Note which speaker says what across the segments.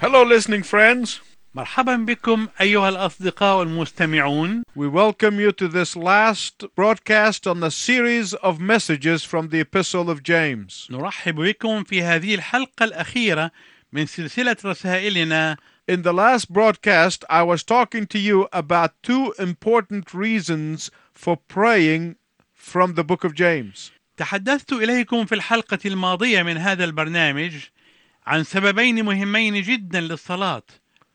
Speaker 1: Hello, listening friends.
Speaker 2: مرحبا بكم أيها الأصدقاء المستمعون
Speaker 1: We welcome you to this last broadcast on the series of messages from the Epistle of James.
Speaker 2: نرحب بكم في هذه الحلقة الأخيرة من سلسلة رسائلنا
Speaker 1: In the last broadcast, I was talking to you about two important reasons for praying from the book of James.
Speaker 2: تحدثت إليكم في الحلقة الماضية من هذا البرنامج عن سببين مهمين جدا للصلاة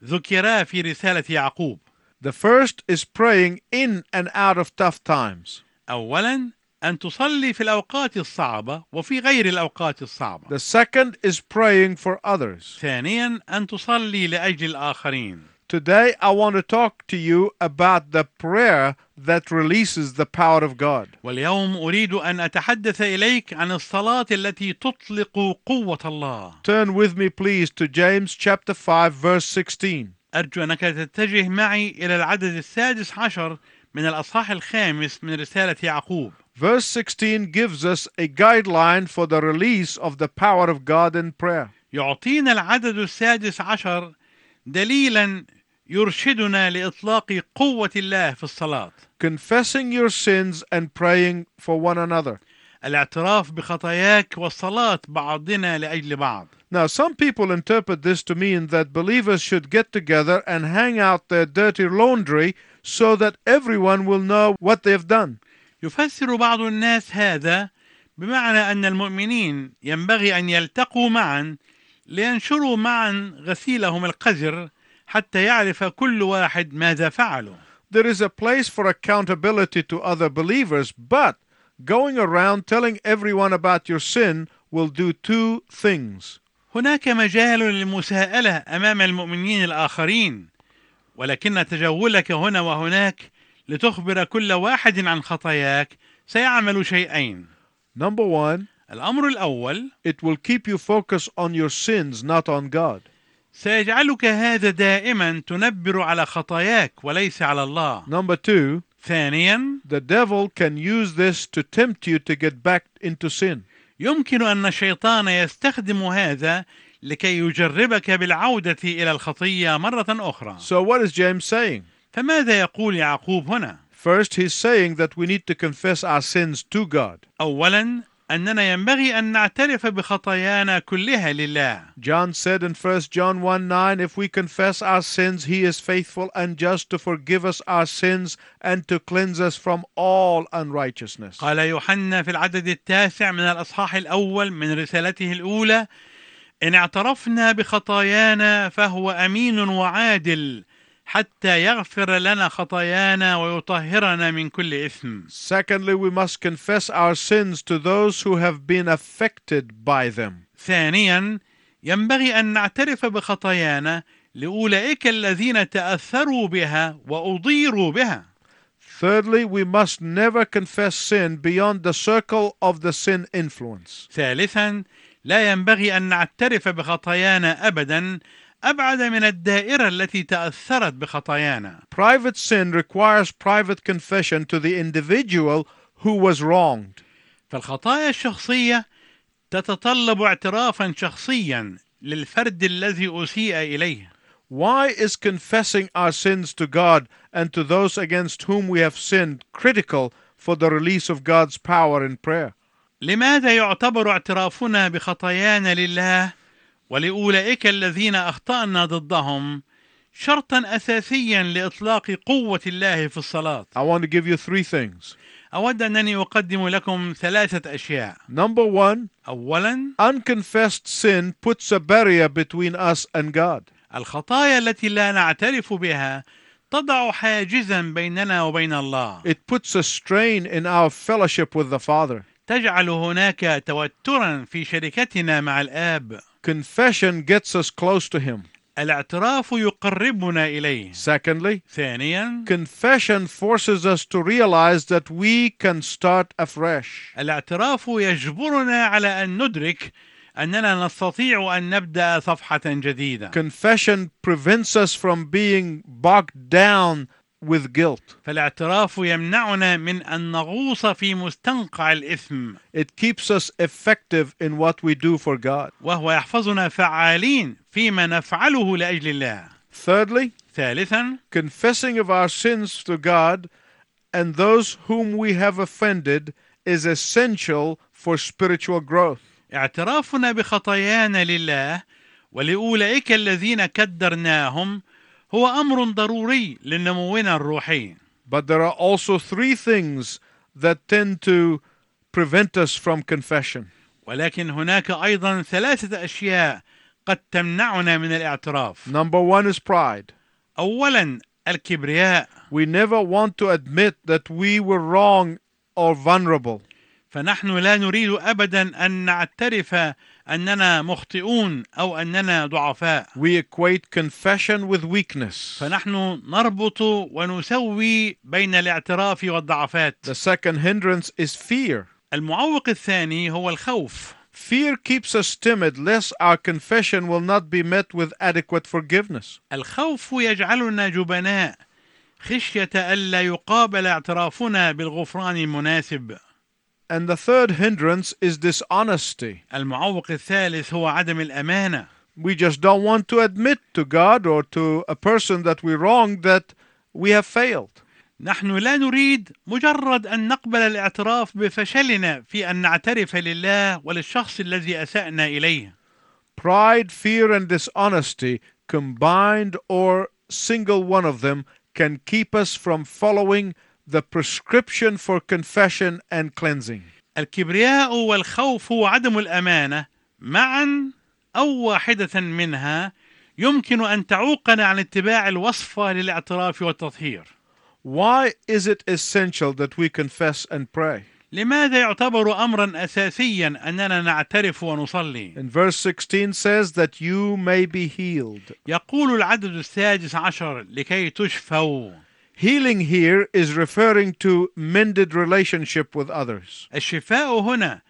Speaker 2: ذكرا في رسالة يعقوب
Speaker 1: The first is praying in and out of tough times.
Speaker 2: أولا أن تصلي في الأوقات الصعبة وفي غير الأوقات الصعبة
Speaker 1: The second is praying for others.
Speaker 2: ثانيا أن تصلي لأجل الآخرين
Speaker 1: Today, I want to talk to you about the prayer that releases the power of God.
Speaker 2: واليوم أريد أن أتحدث إليك عن الصلاة التي تطلق قوة الله
Speaker 1: Turn with me, please, to James chapter 5, verse 16.
Speaker 2: أرجو أنك تتجه معي إلى العدد السادس عشر من الأصحاح الخامس من رسالة يعقوب
Speaker 1: Verse 16 gives us a guideline for the release of the power of God in prayer.
Speaker 2: يعطينا العدد السادس عشر دليلا يرشدنا لإطلاق قوة الله في الصلاة
Speaker 1: Confessing your sins and praying for one another.
Speaker 2: الاعتراف بخطاياك والصلاة بعضنا لأجل بعض
Speaker 1: Now, some people interpret this to mean that believers should get together and hang out their dirty laundry so that everyone will know what they've done.
Speaker 2: يفسر بعض الناس هذا بمعنى أن المؤمنين ينبغي أن يلتقوا معا لينشروا معا غسيلهم القذر حتى يعرف كل واحد ماذا فعلوا
Speaker 1: There is a place for accountability to other believers, but going around telling everyone about your sin will do two things.
Speaker 2: هناك مجال للمساءلة أمام المؤمنين الآخرين ولكن تجولك هنا وهناك لتخبر كل واحد عن خطاياك سيعمل شيئين
Speaker 1: Number one,
Speaker 2: الأمر الأول
Speaker 1: it will keep you focused on your sins, not on God.
Speaker 2: سيجعلك هذا دائما تنبر على خطاياك وليس على الله
Speaker 1: Number two,
Speaker 2: ثانيا
Speaker 1: the devil can use this to tempt you to get back into sin.
Speaker 2: يمكن أن الشيطان يستخدم هذا لكي يجربك بالعودة إلى الخطية مرة أخرى
Speaker 1: So, what is James saying?
Speaker 2: فماذا يقول يعقوب هنا؟
Speaker 1: First, he's saying that we need to confess our sins to God.
Speaker 2: أولا أننا ينبغي أن نعترف بخطايانا كلها لله
Speaker 1: John said in 1 John 1 9, If we confess our sins, he is faithful and just to forgive us our sins and to cleanse us from all unrighteousness.
Speaker 2: قال يوحنا في العدد التاسع من الأصحاح الأول من رسالته الأولى إن اعترفنا بخطايانا فهو أمين وعادل حتى يغفر لنا خطايانا ويطهرنا من كل إثم
Speaker 1: Secondly, we must confess our sins to those who have been affected by them.
Speaker 2: ثانيا ينبغي أن نعترف بخطايانا لأولئك الذين تأثروا بها وأضيروا بها
Speaker 1: Thirdly, we must never confess sin beyond the circle of the sin influence.
Speaker 2: ثالثا لا ينبغي أن نعترف بخطايانا أبدا أبعد من الدائرة التي تأثرت بخطايانا
Speaker 1: Private sin requires private confession to the individual who was wronged.
Speaker 2: فالخطايا الشخصية تتطلب اعترافا شخصيا للفرد الذي أسيء إليه
Speaker 1: Why is confessing our sins to God and to those against whom we have sinned critical for the release of God's power in prayer?
Speaker 2: لماذا يعتبر اعترافنا بخطايانا لله ولأولئك الذين أخطأنا ضدهم شرطا أساسيا لإطلاق قوة الله في الصلاة
Speaker 1: I want to give you three things.
Speaker 2: أود أنني أقدم لكم ثلاثة أشياء
Speaker 1: Number one,
Speaker 2: أولا
Speaker 1: unconfessed sin puts a barrier between us and God.
Speaker 2: الخطايا التي لا نعترف بها تضع حاجزا بيننا وبين الله
Speaker 1: It puts a strain in our fellowship with the Father.
Speaker 2: تجعل هناك توترا في شركتنا مع الآب
Speaker 1: Confession gets us close to Him.
Speaker 2: الاعتراف يقربنا إليه
Speaker 1: Secondly,
Speaker 2: ثانيا
Speaker 1: confession forces us to realize that we can start afresh.
Speaker 2: الاعتراف يجبرنا على أن ندرك أننا نستطيع أن نبدأ صفحة جديدة
Speaker 1: Confession prevents us from being bogged down with guilt.
Speaker 2: فالاعتراف يمنعنا من أن نغوص في مستنقع الإثم
Speaker 1: It keeps us effective in what we do for God.
Speaker 2: وهو يحفظنا فعالين فيما نفعله لأجل الله
Speaker 1: Thirdly,
Speaker 2: ثالثا
Speaker 1: confessing of our sins to God and those whom we have offended is essential for spiritual growth.
Speaker 2: اعترافنا بخطايانا لله ولأولئك الذين كدرناهم هو أمر ضروري لنمونا الروحي
Speaker 1: But there are also three things that tend to prevent us from confession.
Speaker 2: ولكن هناك أيضا ثلاثة أشياء قد تمنعنا من الاعتراف
Speaker 1: Number one is pride.
Speaker 2: أولا الكبرياء
Speaker 1: We never want to admit that we were wrong or vulnerable.
Speaker 2: فنحن لا نريد أبدا أن نعترف أننا مخطئون أو أننا ضعفاء
Speaker 1: We equate confession with weakness.
Speaker 2: فنحن نربط ونسوي بين الاعتراف والضعفات
Speaker 1: The second hindrance is fear.
Speaker 2: المعوق الثاني هو الخوف
Speaker 1: Fear keeps us timid, lest our confession will not be met with adequate forgiveness.
Speaker 2: الخوف يجعلنا جبناء خشية ألا يقابل اعترافنا بالغفران المناسب
Speaker 1: And the third hindrance is dishonesty.
Speaker 2: المعوق الثالث هو عدم الأمانة
Speaker 1: We just don't want to admit to God or to a person that we wronged that we have failed.
Speaker 2: نحن لا نريد مجرد أن نقبل الاعتراف بفشلنا في أن نعترف لله وللشخص الذي أسأنا إليه
Speaker 1: Pride, fear, and dishonesty, combined or single one of them, can keep us from following the prescription for confession and cleansing.
Speaker 2: الكبرياء والخوف وعدم الأمانة معا أو واحدة منها يمكن أن تعوقنا عن اتباع الوصفة للاعتراف والتطهير
Speaker 1: Why is it essential that we confess and pray?
Speaker 2: لماذا يعتبر أمرا أساسيا أننا نعترف ونصلي
Speaker 1: And verse 16 says that you may be healed.
Speaker 2: يقول العدد السادس عشر لكي تشفوا
Speaker 1: Healing here is referring to mended relationship with others.
Speaker 2: الشفاء هنا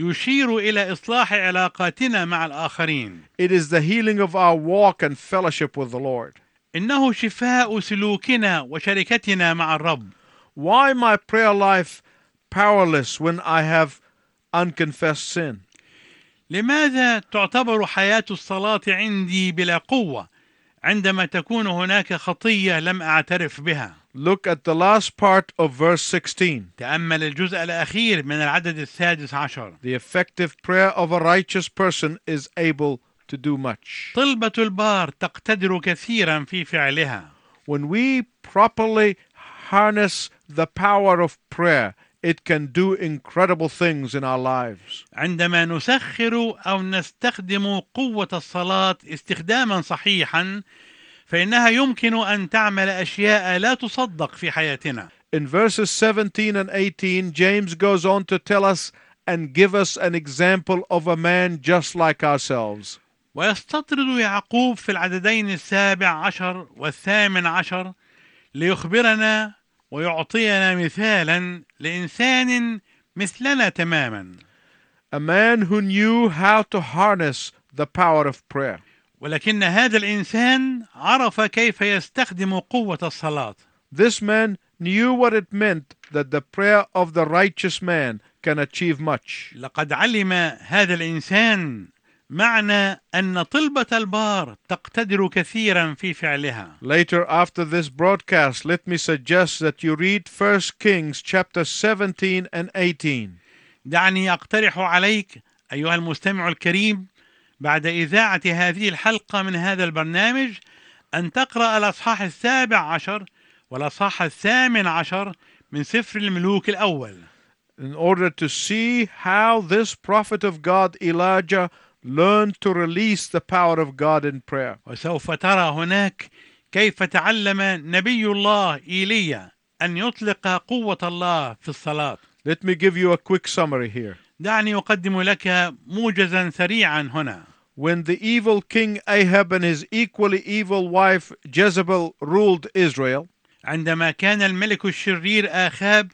Speaker 2: يشير إلى إصلاح علاقاتنا مع الآخرين
Speaker 1: It is the healing of our walk and fellowship with the Lord.
Speaker 2: إنه شفاء سلوكنا وشركتنا مع الرب
Speaker 1: Why my prayer life powerless when I have unconfessed sin?
Speaker 2: لماذا تعتبر حياة الصلاة عندي بلا قوة عندما تكون هناك خطية لم أعترف بها
Speaker 1: Look at the last part of verse 16.
Speaker 2: تأمل الجزء الأخير من العدد السادس عشر
Speaker 1: The effective prayer of a righteous person is able to do much.
Speaker 2: طلبة البار تقتدر كثيرا في فعلها
Speaker 1: When we properly harness the power of prayer, it can do incredible things in our lives.
Speaker 2: عندما نسخر أو نستخدم قوة الصلاة استخداما صحيحا فإنها يمكن أن تعمل أشياء لا تصدق في حياتنا
Speaker 1: In verses 17 and 18, James goes on to tell us and give us an example of a man just like ourselves.
Speaker 2: ويستطرد يعقوب في العددين السابع عشر والثامن عشر ليخبرنا ويعطينا مثالا لإنسان مثلنا تماما
Speaker 1: A man who knew how to harness the power of prayer.
Speaker 2: ولكن هذا الإنسان عرف كيف يستخدم قوة الصلاة
Speaker 1: This man knew what it meant that the prayer of the righteous man can achieve much.
Speaker 2: لقد علم هذا الإنسان معنى أن طلبة البار تقتدر كثيرا في فعلها
Speaker 1: Later after this broadcast, let me suggest that you read 1 Kings chapter 17 and 18.
Speaker 2: دعني أقترح عليك أيها المستمع الكريم بعد إذاعة هذه الحلقة من هذا البرنامج أن تقرأ الأصحاح السابع عشر والأصحاح الثامن عشر من سفر الملوك الأول
Speaker 1: in order to see how this prophet of God, Elijah, learned to release the power of God in prayer.
Speaker 2: وسوف ترى هناك كيف تعلم نبي الله إيليا أن يطلق قوة الله في الصلاة
Speaker 1: Let me give you a quick summary here.
Speaker 2: دعني أقدم لك موجزا سريعا هنا
Speaker 1: When the evil king Ahab and his equally evil wife Jezebel ruled Israel,
Speaker 2: عندما كان الملك الشرير آخاب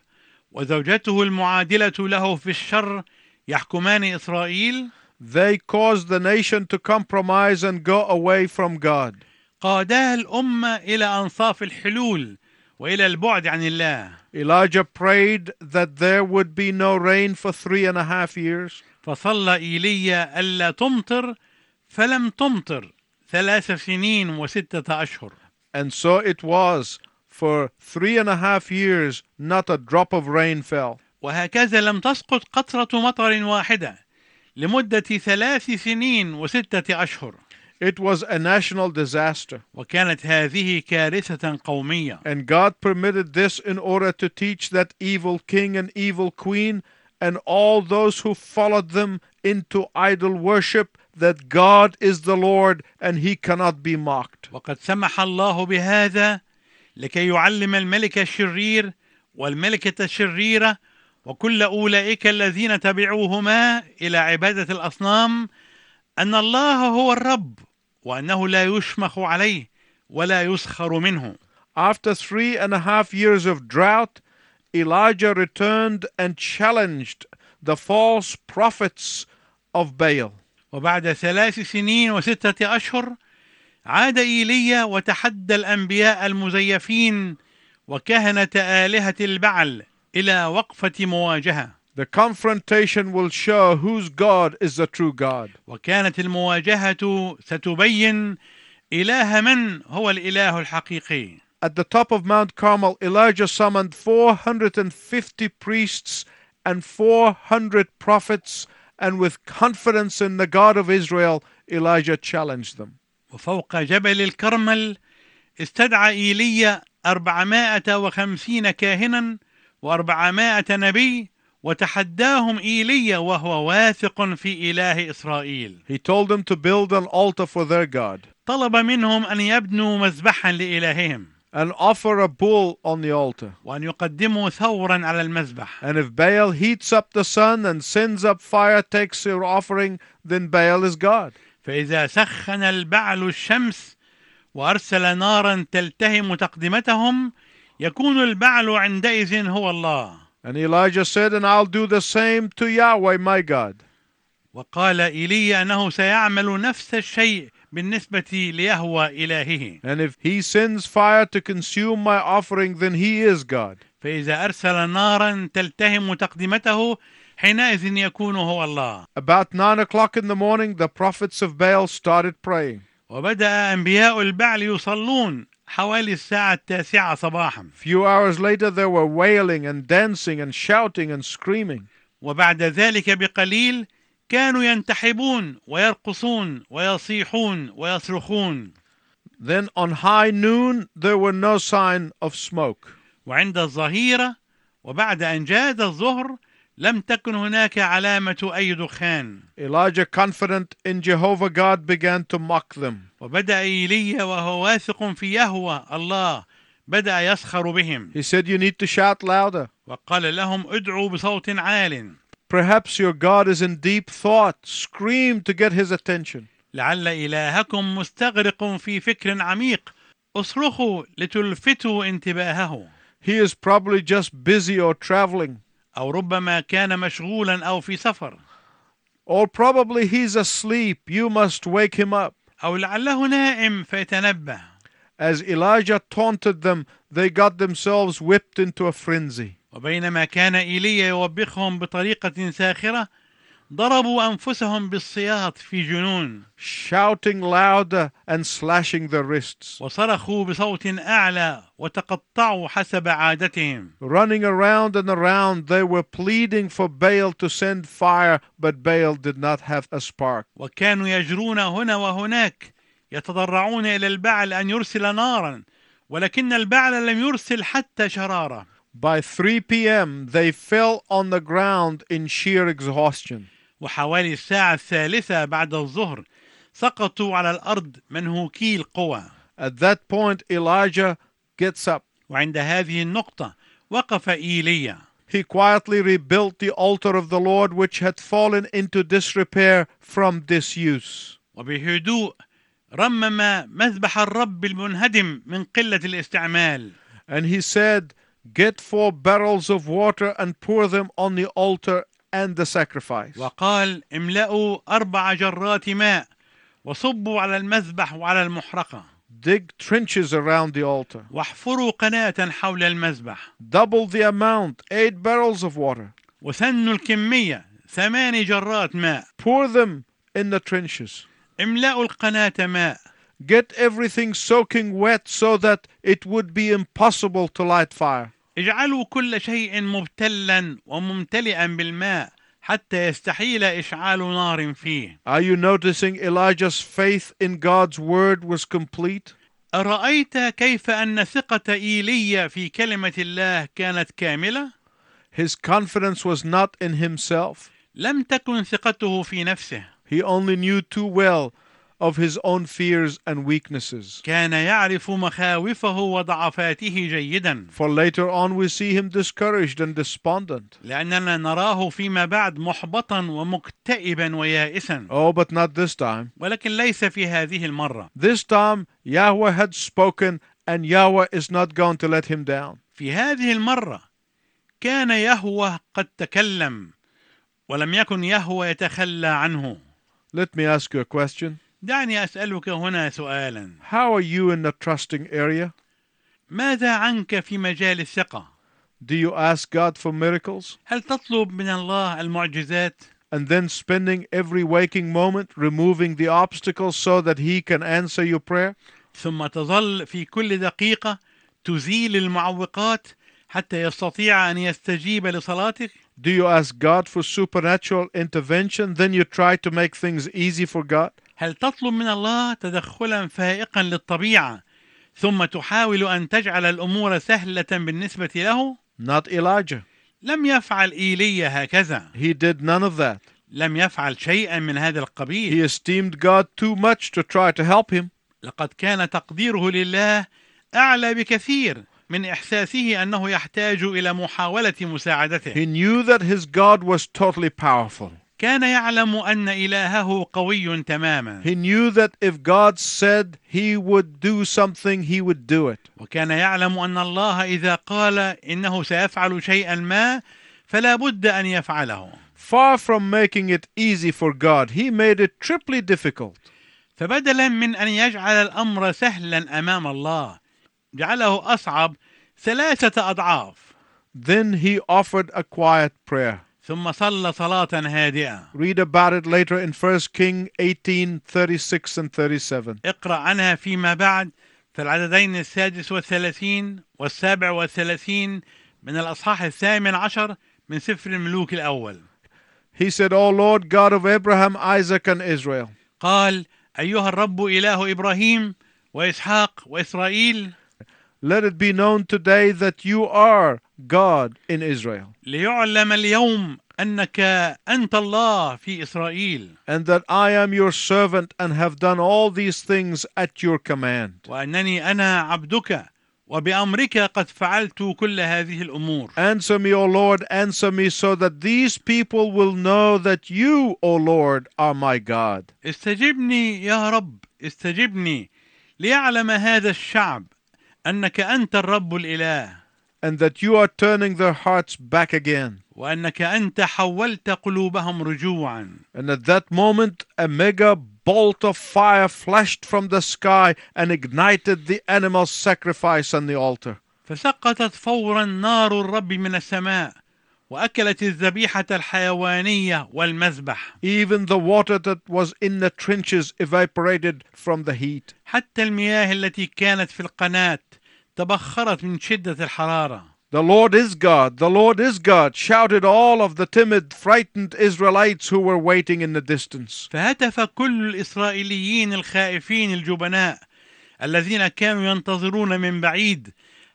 Speaker 2: وزوجته المعادلة له في الشر يحكمان إسرائيل
Speaker 1: they caused the nation to compromise and go away from God.
Speaker 2: قادا الأمة إلى أنصاف الحلول والى البعد عن الله
Speaker 1: Elijah prayed that there would be no rain for three and a half years.
Speaker 2: فصلى ايليا الا تمطر فلم تمطر ثلاث سنين وسته اشهر
Speaker 1: And so it was. For three and a half years, not a drop of rain fell.
Speaker 2: وهكذا لم تسقط قطره مطر واحده لمده ثلاث سنين وسته اشهر
Speaker 1: It was a national disaster.
Speaker 2: وكانت هذه كارثه قوميه
Speaker 1: And God permitted this in order to teach that evil king and evil queen and all those who followed them into idol worship that God is the Lord and he cannot be mocked.
Speaker 2: وقد سمح الله بهذا لكي يعلم الملك الشرير والملكة الشريرة وكل أولئك الذين تبعوهما إلى عبادة الأصنام أن الله هو الرب وأنه لا يشمخ عليه ولا يسخر منه
Speaker 1: After three and a half years of drought, Elijah returned and challenged the false prophets of Baal.
Speaker 2: وبعد ثلاث سنين وستة أشهر عاد إيليا وتحدى الأنبياء المزيفين وكهنة آلهة البعل إلى وقفة مواجهة
Speaker 1: The confrontation will show whose God is the true God.
Speaker 2: وكانت المواجهة ستبين إله من هو الإله الحقيقي
Speaker 1: At the top of Mount Carmel, Elijah summoned 450 priests and 400 prophets, and with confidence in the God of Israel, Elijah challenged them.
Speaker 2: وفوق جبل الكرمل استدعى إيليا 450 كاهنا و400 نبي وتحداهم إيليا وهو واثق في إله إسرائيل
Speaker 1: He told them to build an altar for their God
Speaker 2: طلب منهم أن يبنوا مذبحا لإلههم
Speaker 1: and offer a bull on the altar.
Speaker 2: وأن يقدموا ثورا على المذبح
Speaker 1: And if Baal heats up the sun and sends up fire, takes your offering, then Baal is God.
Speaker 2: فإذا سخن البعل الشمس وأرسل نارا تلتهم تقدمتهم يكون البعل عندئذ هو الله
Speaker 1: And Elijah said, And I'll do the same to Yahweh my God.
Speaker 2: وقال إيليا أنه سيعمل نفس الشيء بالنسبة ليهوى إلهه
Speaker 1: And if he sends fire to consume my offering, then he is God.
Speaker 2: فإذا أرسل نارا تلتهم تقدمته حينئذ يكون هو الله
Speaker 1: About nine o'clock in the morning, the prophets of Baal started praying.
Speaker 2: وبدأ أنبياء البعل يصلون حوالي الساعة التاسعة صباحا
Speaker 1: Few hours later, they were wailing and dancing and shouting and screaming.
Speaker 2: وبعد ذلك بقليل كانوا ينتحبون ويرقصون ويصيحون ويصرخون
Speaker 1: Then on high noon, there were no sign of smoke.
Speaker 2: وعند الظهيرة وبعد أن جاد الظهر لم تكن هناك علامة أي دخان
Speaker 1: Elijah, confident in Jehovah God, began to mock them.
Speaker 2: وبدأ إيليا وهو واثق في يهوى الله بدأ يسخر بهم
Speaker 1: He said, You need to shout louder.
Speaker 2: وقال لهم ادعوا بصوت عال
Speaker 1: Perhaps your God is in deep thought. Scream to get his attention.
Speaker 2: لعل إلهكم مستغرق في فكر عميق اصرخوا لتلفتوا انتباهه
Speaker 1: He is probably just busy or traveling,
Speaker 2: أو ربما كان مشغولا أو في سفر
Speaker 1: or probably he's asleep. You must wake him up.
Speaker 2: أو لعله نائم فيتنبه
Speaker 1: As Elijah taunted them, they got themselves whipped into a frenzy.
Speaker 2: وبينما كان إيليا يوبخهم بطريقة ساخرة ضربوا أنفسهم بالسياط في جنون
Speaker 1: Shouting louder and slashing their wrists,
Speaker 2: وصرخوا بصوت أعلى وتقطعوا حسب عادتهم
Speaker 1: running around and around, they were pleading for Baal to send fire, but Baal did not have a spark.
Speaker 2: وكانوا يجرون هنا وهناك يتضرعون إلى البعل أن يرسل نارا ولكن البعل لم يرسل حتى شرارة
Speaker 1: By 3 p.m., they fell on the ground in sheer exhaustion.
Speaker 2: وحوالي الساعة الثالثة بعد الظهر سقطوا على الأرض منهوكي القوى
Speaker 1: At that point, Elijah gets up.
Speaker 2: وعند هذه النقطة وقف إيليا
Speaker 1: He quietly rebuilt the altar of the Lord, which had fallen into disrepair from disuse.
Speaker 2: وبهدوء رمم مذبح الرب المنهدم من قلة الاستعمال
Speaker 1: And he said, Get four barrels of water and pour them on the altar and the sacrifice.
Speaker 2: وقال املأوا أربع جرات ماء وصبوا على المذبح وعلى المحرقة
Speaker 1: Dig trenches around the altar.
Speaker 2: واحفروا قناة حول المذبح
Speaker 1: Double the amount, eight barrels of water.
Speaker 2: وثنوا الكمية ثماني جرات ماء
Speaker 1: Pour them in the trenches.
Speaker 2: املأوا القناة ماء
Speaker 1: Get everything soaking wet so that it would be impossible to light fire.
Speaker 2: اجعلوا كل شيء مبتلا وممتلئا بالماء حتى يستحيل إشعال نار فيه
Speaker 1: Are you noticing Elijah's faith in God's word was complete?
Speaker 2: أرأيت كيف أن ثقة إيليا في كلمة الله كانت كاملة؟
Speaker 1: His confidence was not in himself.
Speaker 2: لم تكن ثقته في نفسه
Speaker 1: He only knew too well of his own fears and weaknesses.
Speaker 2: كان يعرف مخاوفه وضعفاته جيدا
Speaker 1: For later on, we see him discouraged and despondent.
Speaker 2: لأننا نراه فيما بعد محبطا ومكتئبا ويائسا
Speaker 1: Oh, but not this time.
Speaker 2: ولكن ليس في هذه المرة
Speaker 1: This time, Yahweh had spoken, and Yahweh is not going to let him down.
Speaker 2: في هذه المرة كان يهوه قد تكلم ولم يكن يهوه يتخلى عنه
Speaker 1: Let me ask you a question.
Speaker 2: دعني أسألك هنا سؤالا
Speaker 1: How are you in the trusting area?
Speaker 2: ماذا عنك في مجال الثقة؟
Speaker 1: Do you ask God for miracles
Speaker 2: هل تطلب من الله المعجزات؟
Speaker 1: and then spending every waking moment removing the obstacles so that He can answer your prayer?
Speaker 2: ثم تظل في كل دقيقة تزيل المعوقات حتى يستطيع أن يستجيب لصلاتك؟
Speaker 1: Do you ask God for supernatural intervention? Then you try to make things easy for God?
Speaker 2: هل تطلب من الله تدخلا فائقا للطبيعة ثم تحاول أن تجعل الأمور سهلة بالنسبة له؟
Speaker 1: Not Elijah.
Speaker 2: لم يفعل إيليا هكذا
Speaker 1: He did none of that.
Speaker 2: لم يفعل شيئا من هذا القبيل
Speaker 1: He esteemed God too much to try to help him.
Speaker 2: لقد كان تقديره لله أعلى بكثير من إحساسه أنه يحتاج إلى محاولة مساعدته
Speaker 1: He knew that his God was totally powerful.
Speaker 2: كان يعلم أن إلهه قوي تماما
Speaker 1: He knew that if God said he would do something, he would do it.
Speaker 2: وكان يعلم أن الله إذا قال إنه سيفعل شيئا ما فلا بد أن يفعله
Speaker 1: Far from making it easy for God, he made it triply difficult.
Speaker 2: فبدلا من أن يجعل الأمر سهلا أمام الله جعله أصعب ثلاثة أضعاف
Speaker 1: Then he offered a quiet prayer.
Speaker 2: ثم صلى صلاة هادئة
Speaker 1: Read about it later in 1 King 18 36 and 37.
Speaker 2: اقرأ عنها فيما بعد في العددين السادس والثلاثين والسابع والثلاثين من الأصحاح الثامن عشر من سفر الملوك الأول
Speaker 1: He said, O Lord God of Abraham, Isaac, and Israel,
Speaker 2: قال أيها الرب إله إبراهيم وإسحاق وإسرائيل
Speaker 1: let it be known today that you are God in Israel,
Speaker 2: ليعلم اليوم أنك أنت الله في إسرائيل
Speaker 1: and that I am your servant and have done all these things at your command.
Speaker 2: وأنني أنا عبدك وبأمرك قد فعلت كل هذه الأمور
Speaker 1: Answer me, O Lord, answer me, so that these people will know that you, O Lord, are my God.
Speaker 2: استجبني يا رب استجبني ليعلم هذا الشعب أنك أنت الرب الإله
Speaker 1: and that you are turning their hearts back again.
Speaker 2: وأنك أنت حولت قلوبهم رجوعا
Speaker 1: And at that moment, a mega bolt of fire flashed from the sky and ignited the animal sacrifice on the altar.
Speaker 2: فسقطت فورا نار الرب من السماء وأكلت الذبيحة الحيوانية والمذبح
Speaker 1: Even the water that was in the trenches evaporated from the heat.
Speaker 2: حتى المياه التي كانت في القناة تبخرت من شدة الحرارة
Speaker 1: The Lord is God, the Lord is God, shouted all of the timid, frightened Israelites who were waiting in the distance.
Speaker 2: فهتف كل الإسرائيليين الخائفين الجبناء الذين كانوا ينتظرون من بعيد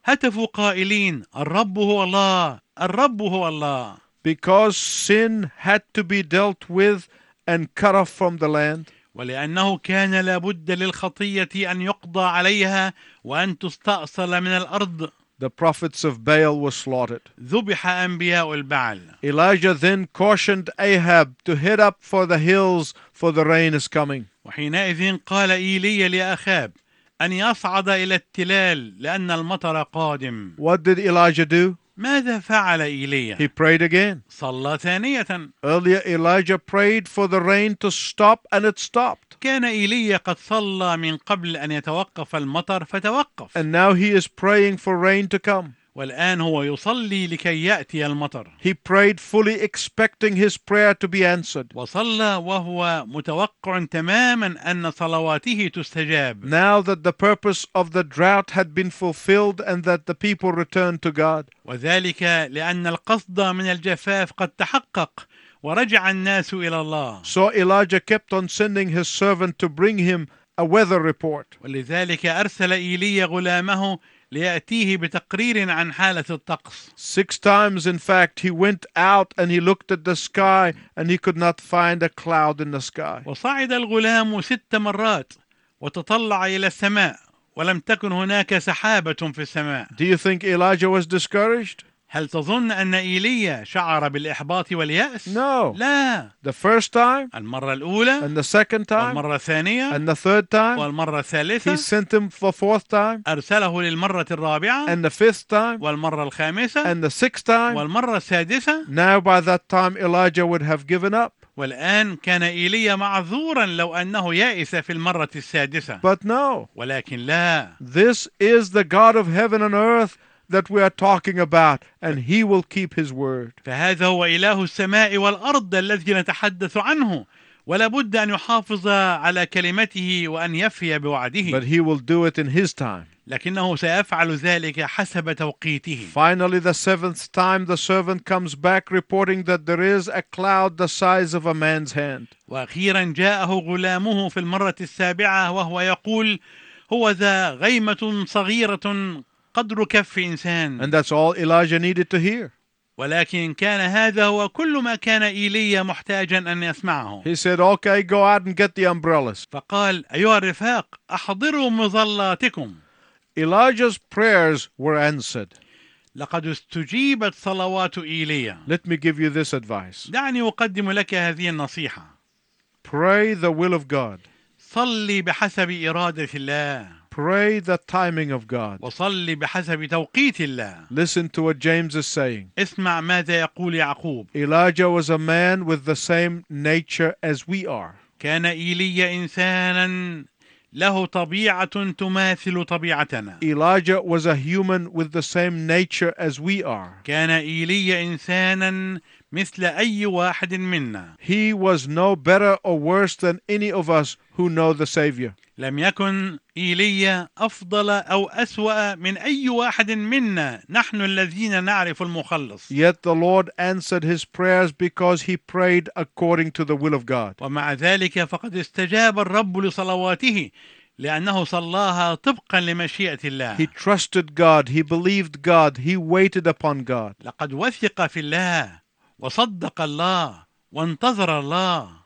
Speaker 2: هتفوا قائلين الرب هو الله الرب هو الله
Speaker 1: Because sin had to be dealt with and cut off from the land.
Speaker 2: ولأنه كان لابد للخطية أن يقضى عليها وأن تستأصل من الأرض
Speaker 1: The prophets of Baal were slaughtered.
Speaker 2: ذبح أنبياء البعل
Speaker 1: Elijah then cautioned Ahab to head up for the hills, for the rain is coming.
Speaker 2: وحينئذ قال إيليا لأخاب أن يصعد إلى التلال لأن المطر قادم
Speaker 1: What did Elijah do?
Speaker 2: ماذا فعل ايليا؟
Speaker 1: He prayed again.
Speaker 2: صلى ثانية
Speaker 1: Earlier, Elijah prayed for the rain to stop, and it stopped.
Speaker 2: كان ايليا قد صلى من قبل ان يتوقف المطر فتوقف
Speaker 1: And now he is praying for rain to come.
Speaker 2: والان هو يصلي لكي ياتي المطر
Speaker 1: He prayed fully expecting his prayer to be answered.
Speaker 2: وصلى وهو متوقع تماما ان صلواته تستجاب
Speaker 1: Now that the purpose of the drought had been fulfilled and that the people returned to God,
Speaker 2: وذلك لان القصد من الجفاف قد تحقق ورجع الناس الى الله
Speaker 1: so Elijah kept on sending his servant to bring him a weather report.
Speaker 2: ولذلك ارسل ايليا غلامه لياتيه بتقرير عن حاله الطقس
Speaker 1: Six times, in fact, he went out and he looked at the sky and he could not find a cloud in the sky.
Speaker 2: وصعد الغلام ست مرات وتطلع الى السماء ولم تكن هناك سحابه في السماء
Speaker 1: Do you think Elijah was discouraged?
Speaker 2: هل تظن ان ايليا شعر بالاحباط والياس
Speaker 1: No.
Speaker 2: لا
Speaker 1: The first time,
Speaker 2: المره الاولى
Speaker 1: and the second time,
Speaker 2: والمره الثانيه
Speaker 1: and the third time,
Speaker 2: والمره
Speaker 1: he
Speaker 2: الثالثه
Speaker 1: sent him for fourth time,
Speaker 2: ارسله للمره الرابعه
Speaker 1: and the fifth time,
Speaker 2: والمره الخامسه
Speaker 1: and the sixth time.
Speaker 2: والمره السادسه
Speaker 1: Now, by that time, Elijah would have given up.
Speaker 2: والان كان ايليا معذورا لو انه يائس في المره السادسه
Speaker 1: But no,
Speaker 2: ولكن لا
Speaker 1: this is the God of heaven and earth that we are talking about, and he will keep his word.
Speaker 2: فهذا هو إله السماء والأرض الذي نتحدث عنه ولا بد أن يحافظ على كلمته وأن يفي بوعده
Speaker 1: But he will do it in his time.
Speaker 2: لكنه سيفعل ذلك حسب توقيته
Speaker 1: Finally, the seventh time, the servant comes back reporting that there is a cloud the size of a man's hand.
Speaker 2: وأخيرا جاءه غلامه في المرة السابعة وهو يقول هو ذا غيمة صغيرة قدر كف إنسان
Speaker 1: And that's all Elijah needed to hear.
Speaker 2: ولكن كان هذا هو كل ما كان إيليا محتاجا أن يسمعه
Speaker 1: He said, Okay, go out and get the umbrellas.
Speaker 2: فقال أيها الرفاق أحضروا مظلاتكم
Speaker 1: Elijah's prayers were answered.
Speaker 2: لقد استجيبت صلوات ايليا
Speaker 1: Let me give you this advice
Speaker 2: دعني اقدم لك هذه النصيحه
Speaker 1: pray the will of God,
Speaker 2: صلي بحسب اراده الله
Speaker 1: pray the timing of God.
Speaker 2: وصلي بحسب توقيت الله
Speaker 1: Listen to what James is saying.
Speaker 2: اسمع ماذا يقول يعقوب
Speaker 1: Elijah was a man with the same nature as we are.
Speaker 2: كان ايليا انسانا له طبيعه تماثل طبيعتنا
Speaker 1: Elijah was a human with the same nature as we are.
Speaker 2: كان ايليا انسانا مثل اي واحد منا
Speaker 1: He was no better or worse than any of us who know the Savior.
Speaker 2: لم يكن ايليا افضل او اسوا من اي واحد منا نحن الذين نعرف المخلص
Speaker 1: Yet the Lord answered his prayers because he prayed according to the will of God.
Speaker 2: ومع ذلك فقد استجاب الرب لصلواته لأنه صلاها طبقا لمشيئة
Speaker 1: He
Speaker 2: الله
Speaker 1: trusted God, he believed God, he waited upon God.
Speaker 2: لقد وثق في الله وصدق الله وانتظر الله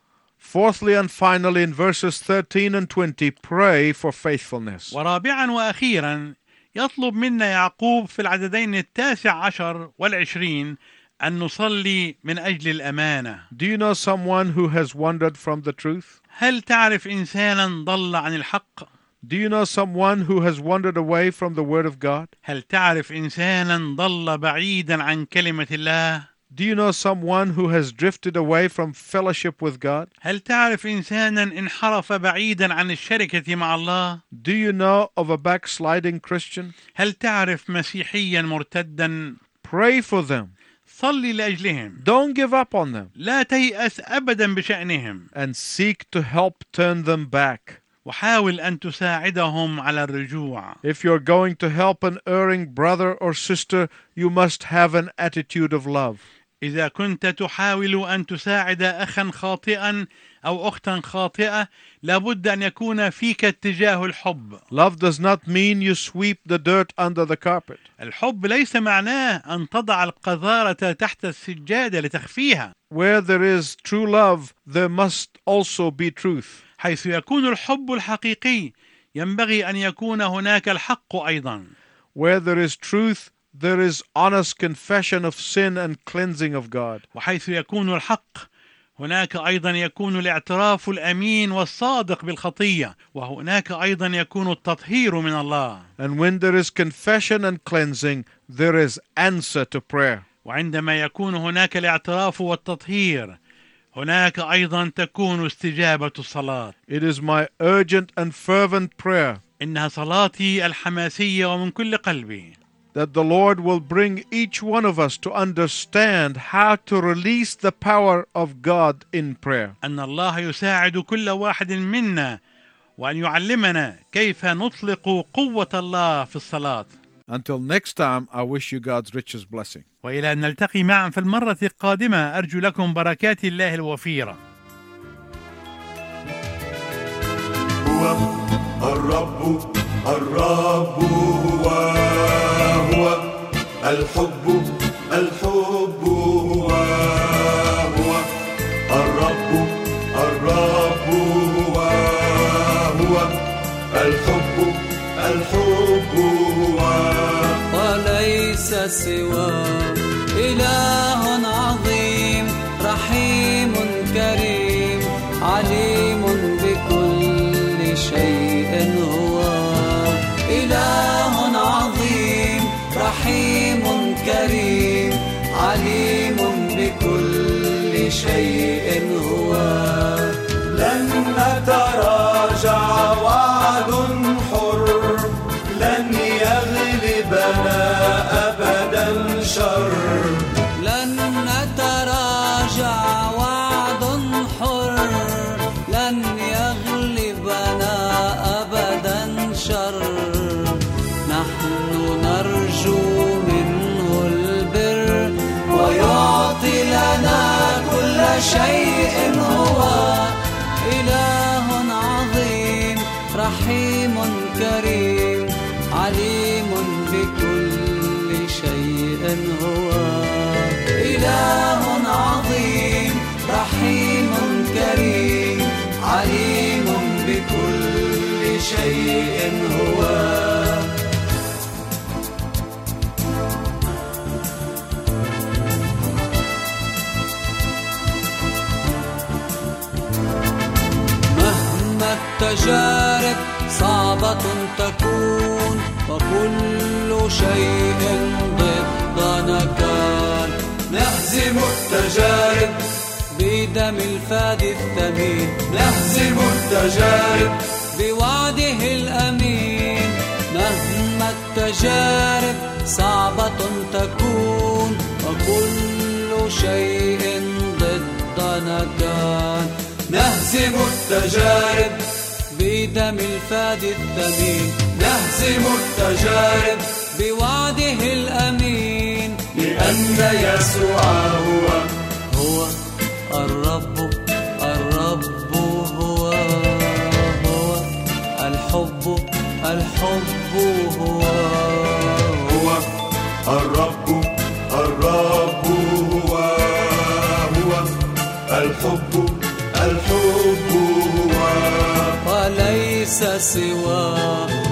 Speaker 1: Fourthly and finally, in verses 13 and 20, pray for faithfulness.
Speaker 2: ورابعا وأخيرا يطلب منا يعقوب في العددين التاسع عشر والعشرين أن نصلي من أجل الأمانة
Speaker 1: Do you know someone who has wandered from the truth?
Speaker 2: هل تعرف إنسانا ضل عن الحق؟
Speaker 1: Do you know someone who has wandered away from the Word of God?
Speaker 2: هل تعرف إنسانا ضل بعيدا عن كلمة الله؟
Speaker 1: Do you know someone who has drifted away from fellowship with God?
Speaker 2: هل تعرف إنسانا انحرف بعيدا عن الشركة مع الله؟
Speaker 1: Do you know of a backsliding Christian?
Speaker 2: هل تعرف مسيحيا مرتدا؟
Speaker 1: Pray for them.
Speaker 2: صلي لأجلهم
Speaker 1: Don't give up on them
Speaker 2: لا تيأس أبدا بشأنهم
Speaker 1: and seek to help turn them back.
Speaker 2: وحاول أن تساعدهم على الرجوع
Speaker 1: If you're going to help an erring brother or sister, you must have an attitude of love.
Speaker 2: إذا كنت تحاول أن تساعد أخا خاطئا أو أختا خاطئة لابد أن يكون فيك اتجاه الحب
Speaker 1: Love does not mean you sweep the dirt under the carpet.
Speaker 2: الحب ليس معناه أن تضع القذارة تحت السجادة لتخفيها
Speaker 1: Where there is true love, there must also be truth.
Speaker 2: حيث يكون الحب الحقيقي ينبغي ان يكون هناك الحق ايضا
Speaker 1: Where there is truth, there is honest confession of sin and cleansing of God.
Speaker 2: وحيث يكون الحق هناك ايضا يكون الاعتراف الامين والصادق بالخطيه وهناك ايضا يكون التطهير من الله
Speaker 1: And when there is confession and cleansing, there is answer to prayer.
Speaker 2: وعندما يكون هناك الاعتراف والتطهير هناك ايضا تكون استجابه الصلاه
Speaker 1: It is my urgent and fervent prayer
Speaker 2: انها صلاتي الحماسيه ومن كل قلبي
Speaker 1: that the Lord will bring each one of us to understand how to release the power of God in prayer.
Speaker 2: ان الله يساعد كل واحد منا وان يعلمنا كيف نطلق قوه الله في الصلاه
Speaker 1: Until next time, I wish you God's richest blessing.
Speaker 2: والى ان نلتقي معا في المره القادمه ارجو لكم بركات الله الوفيره
Speaker 3: هو الرب الرب هو هو الحب الحب هو هو الرب الرب هو هو الحب الحب هو
Speaker 4: وليس سوى إله عظيم رحيم كريم عليم بكل شيء هو إله عظيم رحيم كريم عليم بكل شيء هو
Speaker 3: لن نتراجع وعد حر لن يغلبنا أبدا شر
Speaker 4: لن نتراجع وعد حر لن يغلبنا أبدا شر نحن نرجو منه البر ويعطي لنا كل شيء هو إله عظيم رحيم كريم عليم بكل شيء هو إله عظيم رحيم كريم عليم بكل شيء هو مهما التجارب صعبة تكون وكل شيء ضدنا كان نهزم التجارب بدم الفادي الثمين نهزم التجارب بوعده الأمين مهما التجارب صعبة تكون وكل شيء ضدنا كان نهزم التجارب بدم الفادي الثمين نهزم التجارب بوعده الأمين لأن يسوع هو هو الرب الرب هو هو الحب الحب هو
Speaker 3: هو الرب الرب هو هو الحب الحب هو
Speaker 4: وليس سوى